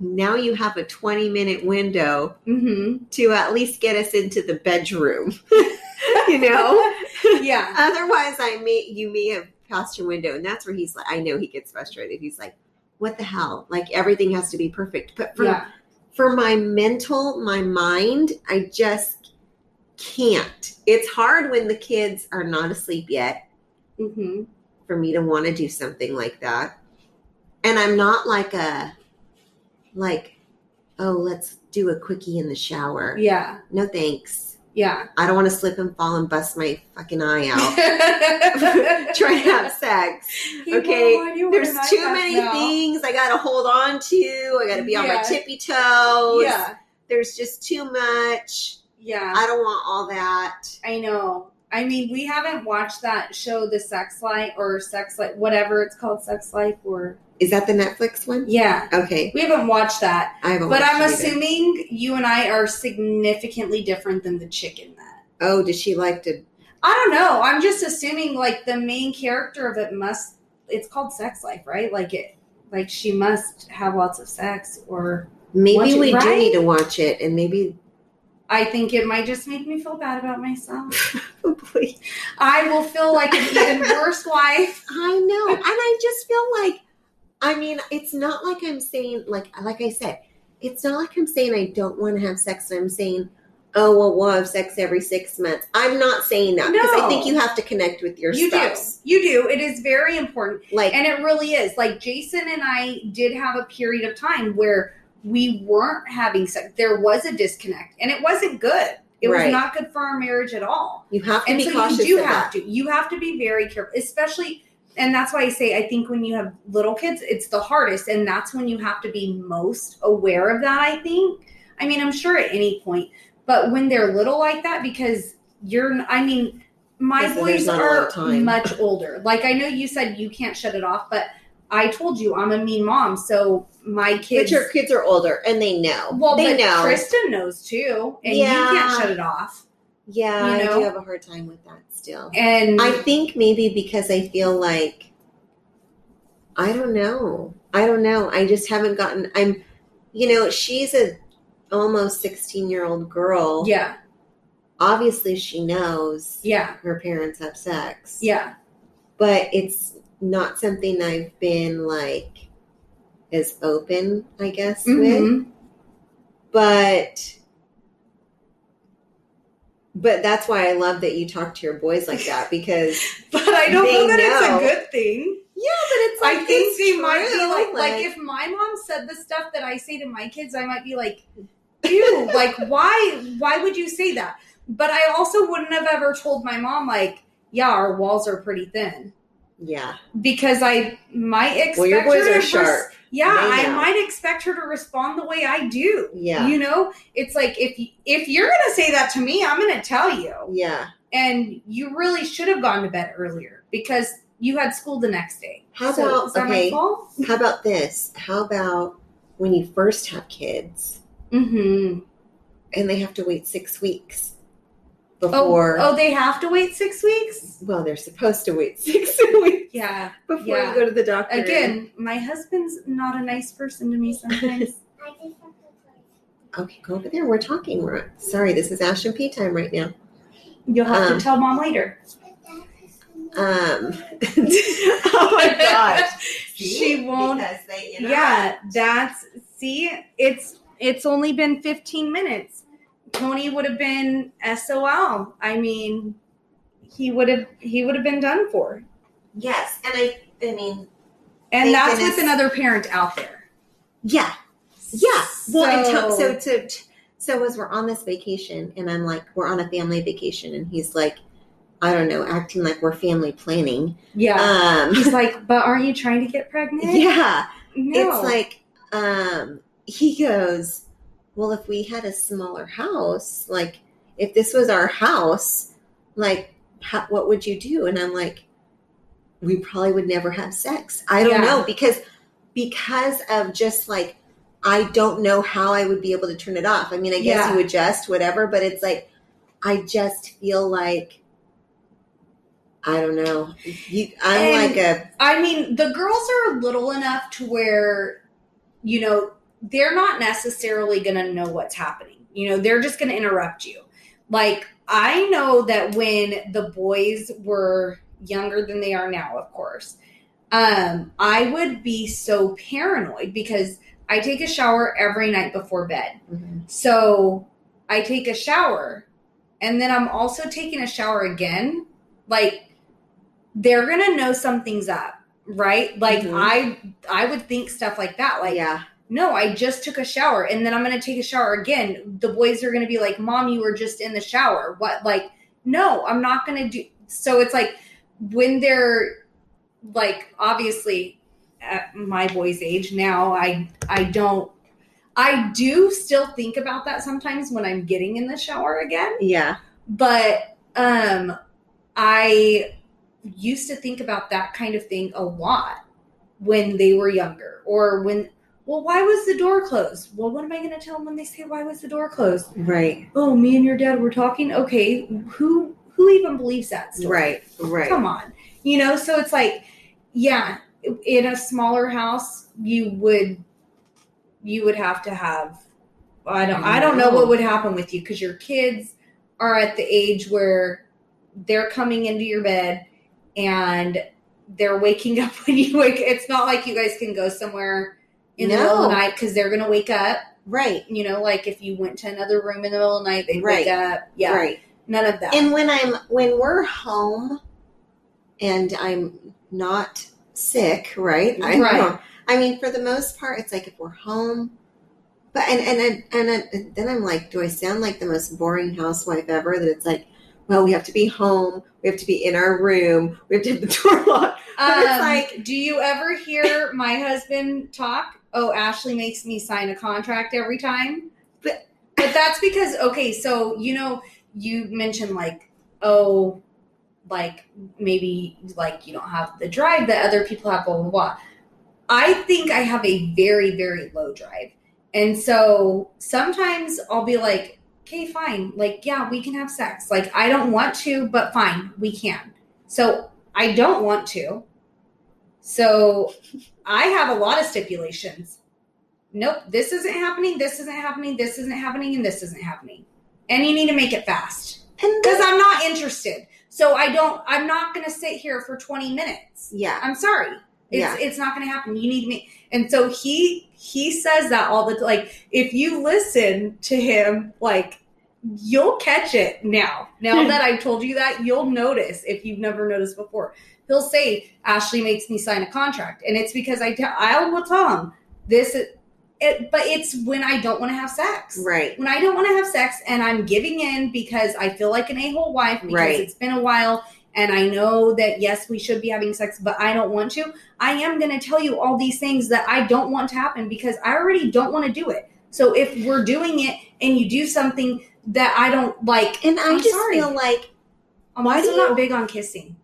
now you have a 20 minute window
hmm
to at least get us into the bedroom. *laughs* you know?
*laughs* yeah,
Otherwise I may you may have passed your window. And that's where he's like I know he gets frustrated. He's like, what the hell? Like everything has to be perfect. But *laughs* for
yeah,
for my mental, my mind, I just can't. It's hard when the kids are not asleep yet
hmm
for me to want to do something like that. and I'm not like a like oh let's do a quickie in the shower.
Yeah.
No thanks. *laughs*
Yeah.
I don't want to slip and fall and bust my fucking eye out *laughs* trying to have
Try
sex.
*laughs* People,
Okay,
why do you
There's
wanna
too
bypass
many
now?
things I got to hold on to. I got to be on my
Yeah.
tippy toes.
Yeah.
There's just too much.
Yeah.
I don't want all that.
I know. I mean, we haven't watched that show, The Sex Life or Sex Life, whatever it's called, Sex Life or
Is that the Netflix one?
yeah.
Okay,
We haven't watched that,
I haven't.
but
watched
I'm
it either.
assuming you and I are significantly different than the chick in that.
Oh, does she like to?
I don't know. I'm just assuming like the main character of it must. It's called Sex Life, right? Like it, like she must have lots of sex, or Watch
Maybe
it,
we do
right?
need to watch it, and maybe *laughs*
I think it might just make me feel bad about myself.
probably
I will feel like an even
*laughs*
worse wife.
I know. And I just feel like, I mean, it's not like I'm saying, like, like I said, it's not like I'm saying I don't want to have sex. I'm saying, oh, well, we'll have sex every six months. I'm not saying that because I
No.
think you have to connect with your
you
spouse.
do, you do. It is very important.
Like,
And it really is. Like Jason and I did have a period of time where we weren't having sex. There was a disconnect and it wasn't good. It
Right.
was not good for our marriage at all.
you have to
And
be
so
cautious.
you do
of
have
that.
to. You have to be very careful, especially and that's why I say I think when you have little kids, it's the hardest and that's when you have to be most aware of that, I think. I mean, I'm sure at any point, but when they're little like that because you're I mean, my
Listen, there's
boys
not a lot of
are
time.
much older. Like I know you said you can't shut it off, but I told you I'm a mean mom, so my
But
kids
your kids are older and they know.
well,
they
but
know.
Kristen knows too, and
Yeah.
you can't shut it off.
yeah,
you
I do
know?
have a hard time with that still.
And
I think maybe because I feel like I don't know. I don't know. I just haven't gotten I'm you know, she's a almost 16-year-old girl.
yeah,
Obviously she knows
yeah,
her parents have sex.
yeah.
But it's not something I've been like as open, I guess, with.
Mhm.
But but that's why I love that you talk to your boys like that because
But I don't
They
know that
know.
it's a good thing.
Yeah, but it's like
I think
it's
they might
true,
be like, like, if my mom said the stuff that I say to my kids, I might be like,
*laughs*
ew, like why why would you say that? But I also wouldn't have ever told my mom like, yeah, our walls are pretty thin.
yeah.
Because I might expect
Well, your boys
her to
are
res-
sharp.
yeah,
They
I
know.
might expect her to respond the way I do.
Yeah.
You know, it's like if y- if you're gonna say that to me, I'm gonna tell you.
Yeah.
and you really should have gone to bed earlier because you had school the next day.
How
So,
about-
is that
okay.
my fault?
How about this? How about when you first have kids
Mm-hmm.
and they have to wait six weeks
Oh,
before?
oh, they have to wait six weeks.
Well, they're supposed to wait *laughs* six weeks
Yeah.
before
Yeah.
you go to the doctor.
Again, my husband's not a nice person to me
*laughs*
sometimes.
Okay, go over there. We're talking. We're sorry. This is Ash and P time right now.
You'll have
Um,
to tell mom later.
Um. *laughs*
*laughs*
oh my *laughs* gosh.
She won't.
Because they interrupt.
*laughs* Yeah, that's see, it's it's only been 15 minutes. Tony would have been SOL. I mean, he would have he would have been done for.
Yes, and I. I mean.
And
Thank
that's
goodness.
with another parent out there.
Yeah. Yeah. Well, and to-
So-
so to, to so as we're on this vacation, and I'm like, we're on a family vacation, and he's like, I don't know, acting like we're family planning.
yeah.
Um, *laughs*
He's like, but aren't you trying to get pregnant?
yeah,
No.
it's like, um, he goes, well, if we had a smaller house, like if this was our house, like how, what would you do? And I'm like, we probably would never have sex. I don't
Yeah.
know because because of just like I don't know how I would be able to turn it off. I mean, I guess
Yeah.
you adjust whatever, but it's like I just feel like I don't know. You, I'm
And-
like a
I mean, the girls are little enough to where, you know, they're not necessarily going to know what's happening. You know, they're just going to interrupt you. Like, I know that when the boys were younger than they are now, of course, um, I would be so paranoid because I take a shower every night before bed. So I take a shower and then I'm also taking a shower again. Like they're going to know something's up. right? Like
Mhm.
I I would think stuff like that. Like
yeah,
no, I just took a shower and then I'm going to take a shower again. The boys are going to be like, Mom, you were just in the shower. What? Like, no, I'm not going to do. So it's like when they're like, obviously at my boy's age now, I, I don't, I do still think about that sometimes when I'm getting in the shower again
yeah,
but um i used to think about that kind of thing a lot when they were younger or when well why was the door closed well what am i going to tell them when they say why was the door closed
right,
oh me and your dad were talking okay who who even believes that story
right, right,
come on you know so it's like yeah in a smaller house you would you would have to have i don't i don't know what would happen with you because your kids are at the age where they're coming into your bed and they're waking *laughs* up when you wake it's not like you guys can go somewhere in the middle of the
No.
night because they're gonna wake up
right,
you know like if you went to another room in the middle of the night they'd
Right.
wake up yeah
right.
none of that
And when I'm when we're home, and I'm not sick, right? I'm
Right.
home. I mean, for the most part, it's like if we're home. But and and and, and, and then I'm like, do I sound like the most boring housewife ever? That it's like, well, we have to be home. We have to be in our room. We have to have the door *laughs* locked. But it's
Um,
like-
do you ever hear my husband talk? Oh, Ashley makes me sign a contract every time. But but that's because okay, so you know, you mentioned like, oh, like maybe like you don't have the drive that other people have, blah blah blah. I think I have a very, very low drive. And so sometimes I'll be like, okay, fine. Like, yeah, we can have sex. Like, I don't want to, but fine, we can. So I don't want to. So I have a lot of stipulations. Nope, this isn't happening. This isn't happening. This isn't happening. And this isn't happening. And you need to make it fast
And
because
then,
I'm not interested. So I don't, I'm not going to sit here for 20 minutes.
yeah,
I'm sorry. It's,
yeah,
it's not going to happen. You need me. And so he, he says that all the, like, if you listen to him, like, you'll catch it now. Now that I've told you that, you'll notice if you've never noticed before. He'll say, Ashley makes me sign a contract. And it's because I, tell I will tell him this, is, it, but it's when I don't want to have sex
right,
when I don't want to have sex and I'm giving in because I feel like an a hole wife because
Right.
it's been a while and I know that yes, we should be having sex, but I don't want to. I am going to tell you all these things that I don't want to happen because I already don't want to do it. So if we're doing it and you do something that I don't like,
and I
I'm
just
sorry.
feel like
why is
do
I'm not
you-
big on kissing?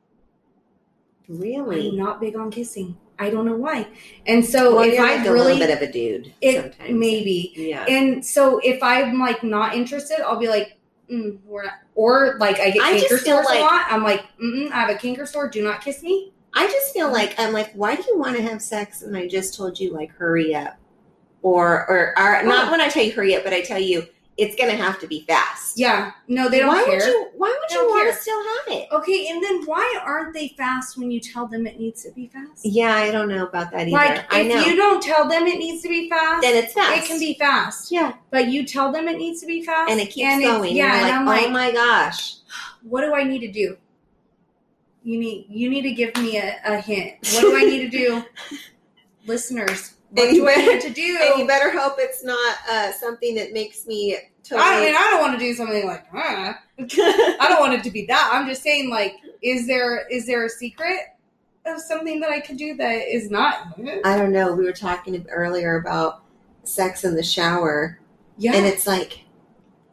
I'm
really.
not big on kissing. I don't know why. And so
well,
Oh, if
you're
I
like a
really
little bit of a dude
it
sometimes.
maybe
yeah.
And so if I'm like not interested, I'll be like, mm, we're not. Or like I get
I just
canker
feel
sores
like-
a lot. I'm like, Mm-mm, I have a canker sore. Do not kiss me.
I just feel like I'm like, why do you want to have sex? And I just told you like, hurry up, or or, or not when I tell you hurry up, but I tell you it's gonna have to be fast.
Yeah, no, they don't
why
care.
would you? Why would
They
you
don't
want
care.
to still have it?
okay, and then why aren't they fast when you tell them it needs to be fast?
Yeah, I don't know about that either.
Like if
I know.
you don't tell them it needs to be fast,
then it's fast.
it can be fast.
Yeah,
But you tell them it needs to be fast,
and it keeps
and it's-
going.
Yeah,
Yeah,
and
You're
I'm
like,
like,
oh my gosh.
what do I need to do? You need you need to give me a, a
*laughs*
hint. What do I need to do, listeners? What
And you
do I
better-
need to
*laughs*
do?
And you better hope it's not uh, something that makes me totally.
I mean, I don't want to do something like "Huh."
*laughs*
I don't want it to be that. I'm just saying, like, is there is there a secret of something that I could do that is not?
I don't know. We were talking earlier about sex in the shower.
Yeah,
and it's like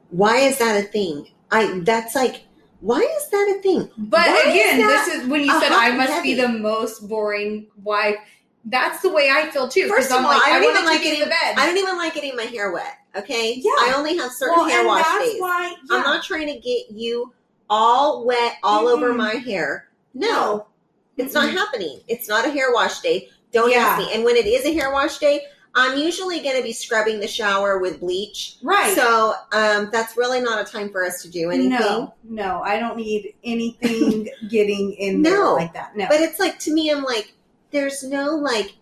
why is that a thing i that's like why is that a thing
but
why is
again,
that
this is when you
a
said
hot
I must be
heavy?
the most boring wife. That's the way I feel too. 'cause
First of
I'm
all,
like,
I don't
want
even
it to
like
be
any-
the bed.
i don't even like getting my hair wet okay
Yeah.
i only have certain
well,
hair
and
wash
that's
days
why.
i'm
Yeah.
not trying to get you all wet all over
Mm-mm.
my hair no, it's
Mm-mm.
not happening it's not a hair wash day don't
Mm-hmm. Yeah.
ask me and when it is a hair wash day i'm usually going to be scrubbing the shower with bleach
right.
so um, that's really not a time for us to do anything
no, no, I don't need
*laughs*
anything getting in there
No.
like that. No,
But it's like to me, I'm like, there's no like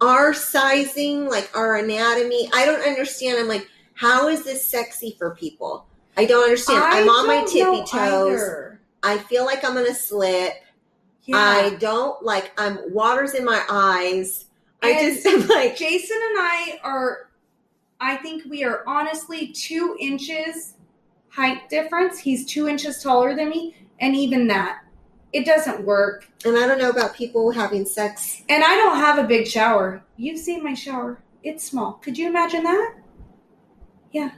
our sizing, like our anatomy. I don't understand. I'm like, how is this sexy for people? I don't understand. I am on my
don't know
tippy toes.
either.
I feel like I'm gonna slip. I don't like. I'm waters in my eyes. I
And-
just *laughs* am like
Jason and I are, I think we are honestly two inches height difference. He's two inches taller than me, and even that, it doesn't work.
and I don't know about people having sex.
And I don't have a big shower. You've seen my shower, it's small. Could you imagine that? Yeah.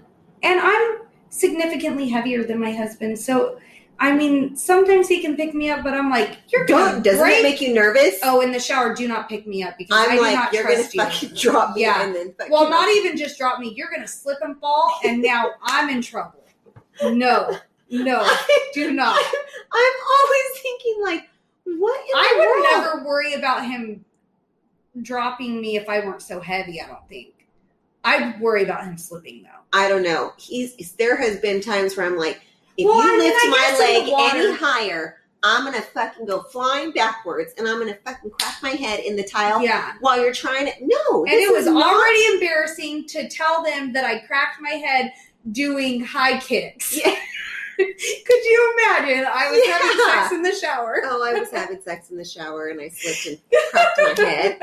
And I'm significantly heavier than my husband. So, I mean, sometimes he can pick me up, but I'm like, you're
Don't
going
doesn't it make you nervous?
Oh, in the shower, do not pick me up because i
I'm
do
like
not
you're gonna
trust you.
fucking drop me
Yeah.
and then fucking
Well, not even just drop me. You're going to slip and fall, and now I'm in trouble. No, no,
*laughs*
do not. *laughs*
I'm always thinking like, what? In the
I
world?
would never worry about him dropping me if I weren't so heavy, I don't think. I'd worry about him slipping, though.
I don't know. He's there has been times where I'm like, if
Well, I mean,
you lift
I
my
guess in the
leg
water-
any higher, I'm gonna fucking go flying backwards and I'm gonna fucking crack my head in the tile
Yeah.
while you're trying to. No,
And
this
it was
is not-
already embarrassing to tell them that I cracked my head doing high kicks.
Yeah.
*laughs* Could you imagine? I was
Yeah.
having sex in the
*laughs*
shower.
Oh, I was having sex in the shower and I slipped and
*laughs*
cracked my head.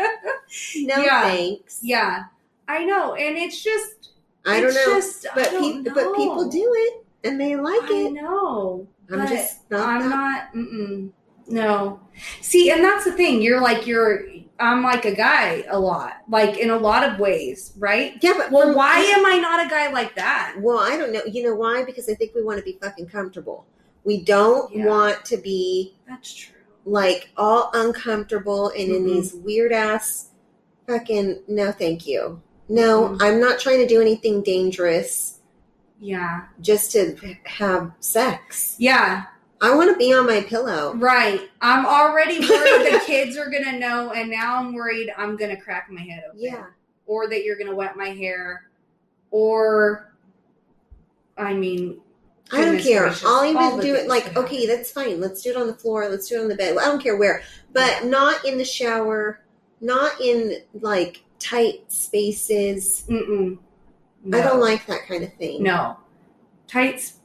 No
Yeah.
thanks.
*laughs* Yeah, I know. And it's just,
I don't
it's
know,
Just, I
but
don't
peop- but people
know.
do it and they like
I
it.
know.
I'm
but
just not.
I'm
that-
not. Mm-mm, no. See, and that's the thing. You're like you're. I'm like a guy a lot, like in a lot of ways, right?
yeah, but
Well,
for-
why am I not a guy like that?
Well, I don't know. You know why? Because I think we want to be fucking comfortable. We don't
Yeah.
want to be
That's true.
like all uncomfortable and in
Mhm.
these weird ass fucking no thank you. No,
Mhm.
I'm not trying to do anything dangerous
Yeah.
just to have sex.
Yeah.
I want to be on my pillow.
Right. I'm already worried
*laughs*
the kids are gonna know, and now I'm worried I'm gonna crack my head open.
Yeah.
Or that you're gonna wet my hair. Or, I mean,
I don't
Goodness
care.
gracious.
I'll even
All the
do it
things
like,
that
okay, that's fine. Let's do it on the floor. Let's do it on the bed. I don't care where, but not in the shower, not in like tight spaces.
mm-mm.
I
No.
don't like that kind of thing.
No. Tight. sp-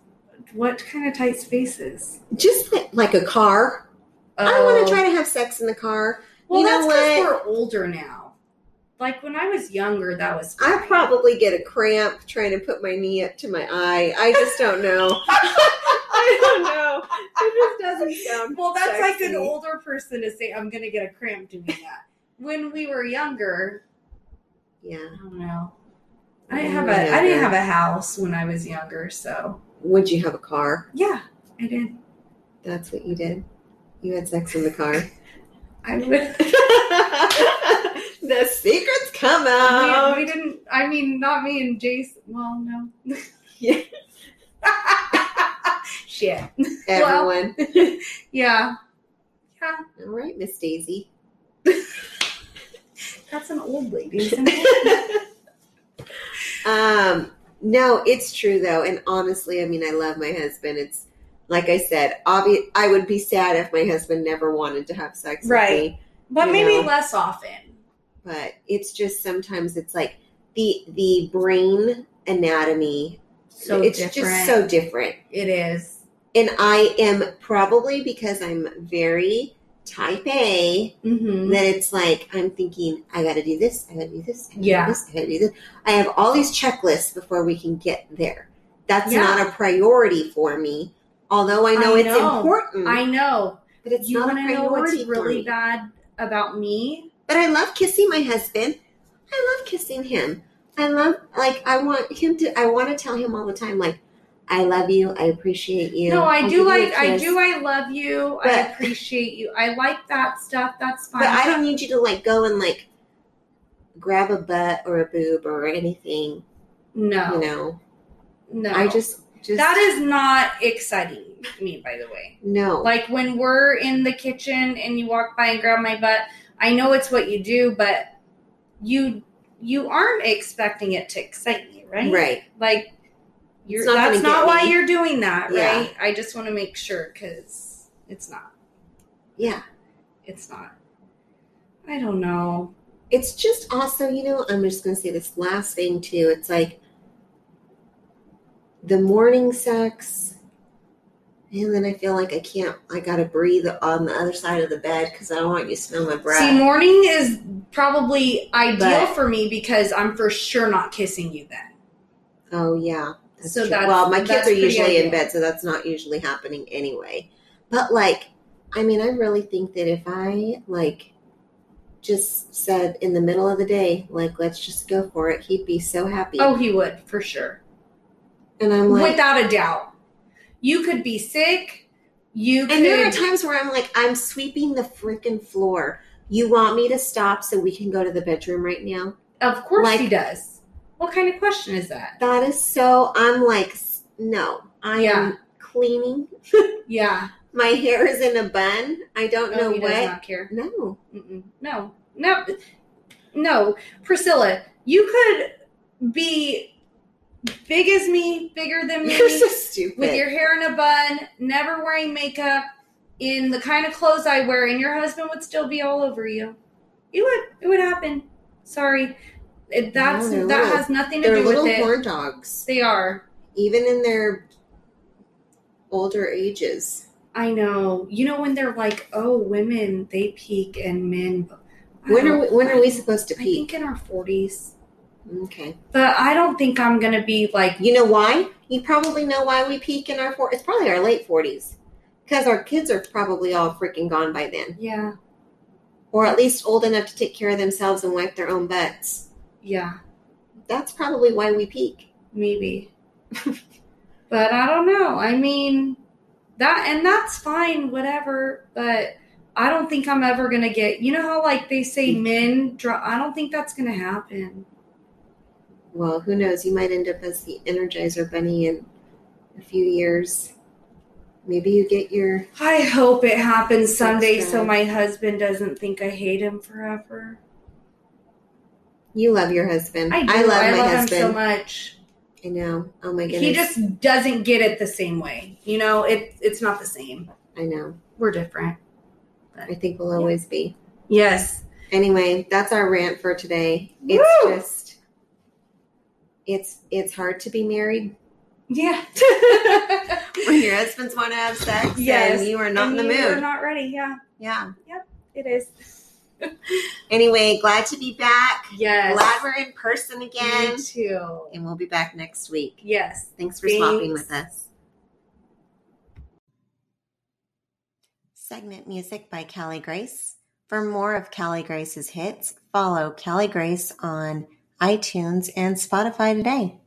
What kind of tight spaces?
Just th- like a car. I want to try to have sex in the car.
Oh, Well,
you know
that's because
what?
we're older now. Like when I was younger, that was.
I
fine.
probably get a cramp trying to put my knee up to my eye. I just don't know. *laughs* I don't know. It just doesn't sound.
Well, that's like
sexy.
an older person to say, "I'm going to get a cramp doing that." when we were younger,
Yeah.
I don't know. I didn't
When
have
we were
a. I didn't have
younger.
a house when I was younger, so
Would you have a car?
yeah, I did.
That's what you did. You had sex in the
*laughs*
car. *laughs*
I would.
the secrets come out.
we, we didn't. I mean, not me and Jason. Well, no.
Yeah.
*laughs*
*laughs*
Shit. well.
Everyone.
Yeah. Yeah.
All right, Miss Daisy.
That's an old lady. isn't it?
*laughs* um, no, it's true though, and honestly, I mean, I love my husband. It's like I said, obvi- I would be sad if my husband never wanted to have sex
Right.
with me,
but
You
maybe
know.
less often.
but it's just sometimes it's like the the brain anatomy.
So
it's
different.
just so different,
It is.
and I am probably because I'm very type A.
Mm-hmm.
then it's like I'm thinking, I gotta do this, I gotta do this, I gotta
Yeah.
do this, I gotta do this. I have all these checklists before we can get there. That's
Yeah.
not a priority for me, although I know
I
it's
know.
important.
I know.
but it's
you
not a
want to know what's
priority for
really
me.
bad about me?
But I love kissing my husband. I love kissing him. I love like I want him to. I want to tell him all the time, like I love you. I appreciate you.
No, I
I'll
do
give you a
like. I
kiss."
do. I love you. I
But- *laughs*
appreciate you. I like that stuff. That's fine.
But I don't need you to like go and like grab a butt or a boob or anything.
No.
You know.
No.
I just just
That is not exciting to me, by the way.
no.
Like when we're in the kitchen and you walk by and grab my butt, I know it's what you do, but you you aren't expecting it to excite me, right?
right.
Like you're
It's not
that's
gonna get
not why
me.
you're doing that,
Yeah.
right? I just want to make sure cuz it's not.
Yeah.
It's not. I don't know.
It's just also, you know, I'm just gonna say this last thing too. It's like the morning sex and then I feel like I can't. I gotta breathe on the other side of the bed because I don't want you to smell my breath.
See, morning is probably ideal
But-
for me because I'm for sure not kissing you then.
oh yeah. That's
So
true.
that's-
well, my
that's
kids are
pretty
usually in
ideal.
bed, so that's not usually happening anyway. But like, I mean, I really think that if I like just said in the middle of the day, like, let's just go for it, he'd be so happy.
Oh, he would for sure.
and I'm like,
Without a doubt. You could be sick. You
And there are
could.
times where I'm like, I'm sweeping the freaking floor. You want me to stop so we can go to the bedroom right now?
Of course
like-
he does. What kind of question is that?
That is so. I'm like, s- no, I
Yeah.
am cleaning.
Yeah.
My hair is in a bun. I don't
No,
know
he does
what.
not care.
No,
Mm-mm. No. No. No. Priscilla, you could be big as me, bigger than me.
you're so stupid.
with your hair in a bun, never wearing makeup, in the kind of clothes I wear, and your husband would still be all over you. It would. It would happen. Sorry, It- that's
No, they're
that
little-
has nothing to
They're
do
little
with it.
horn dogs,
They are.
even in their older ages.
I know. You know when they're like, "Oh, women they peak and men." I
When are
don't-
we, when are we supposed to
I think
peak?
in our forties,
Okay,
but I don't think I'm gonna be like.
you know why? You probably know why we peak in our four. It's probably our late forties. Because our kids are probably all freaking gone by then.
Yeah,
or at least old enough to take care of themselves and wipe their own butts.
yeah,
That's probably why we peak.
maybe. *laughs* but I don't know. I mean, that and that's fine, whatever. But I don't think I'm ever gonna get. You know how like they say men draw. I don't think that's gonna happen.
Well, who knows? You might end up as the Energizer Bunny in a few years. Maybe you get your.
I hope it happens someday,
That's
so
bad.
my husband doesn't think I hate him forever.
You love your husband.
I do.
love
I
my
love
husband.
him so much.
I know. Oh my goodness.
He just doesn't get it the same way. You know, it it's not the same.
I know.
We're different.
I think we'll always be.
Yes.
Anyway, that's our rant for today. It's
Woo!
just. It's it's hard to be married *laughs*
Yeah.
when your husbands want to have sex
Yes.
and you are not
And
in the
you
mood.
We're not ready. Yeah,
yeah.
it is.
Anyway, glad to be back.
Yes.
Glad we're in person again.
Me too.
And we'll be back next week.
Yes.
Thanks for swapping
Thanks.
with us. Segment music by Callie Grace. For more of Callie Grace's hits, follow Callie Grace on iTunes and Spotify today.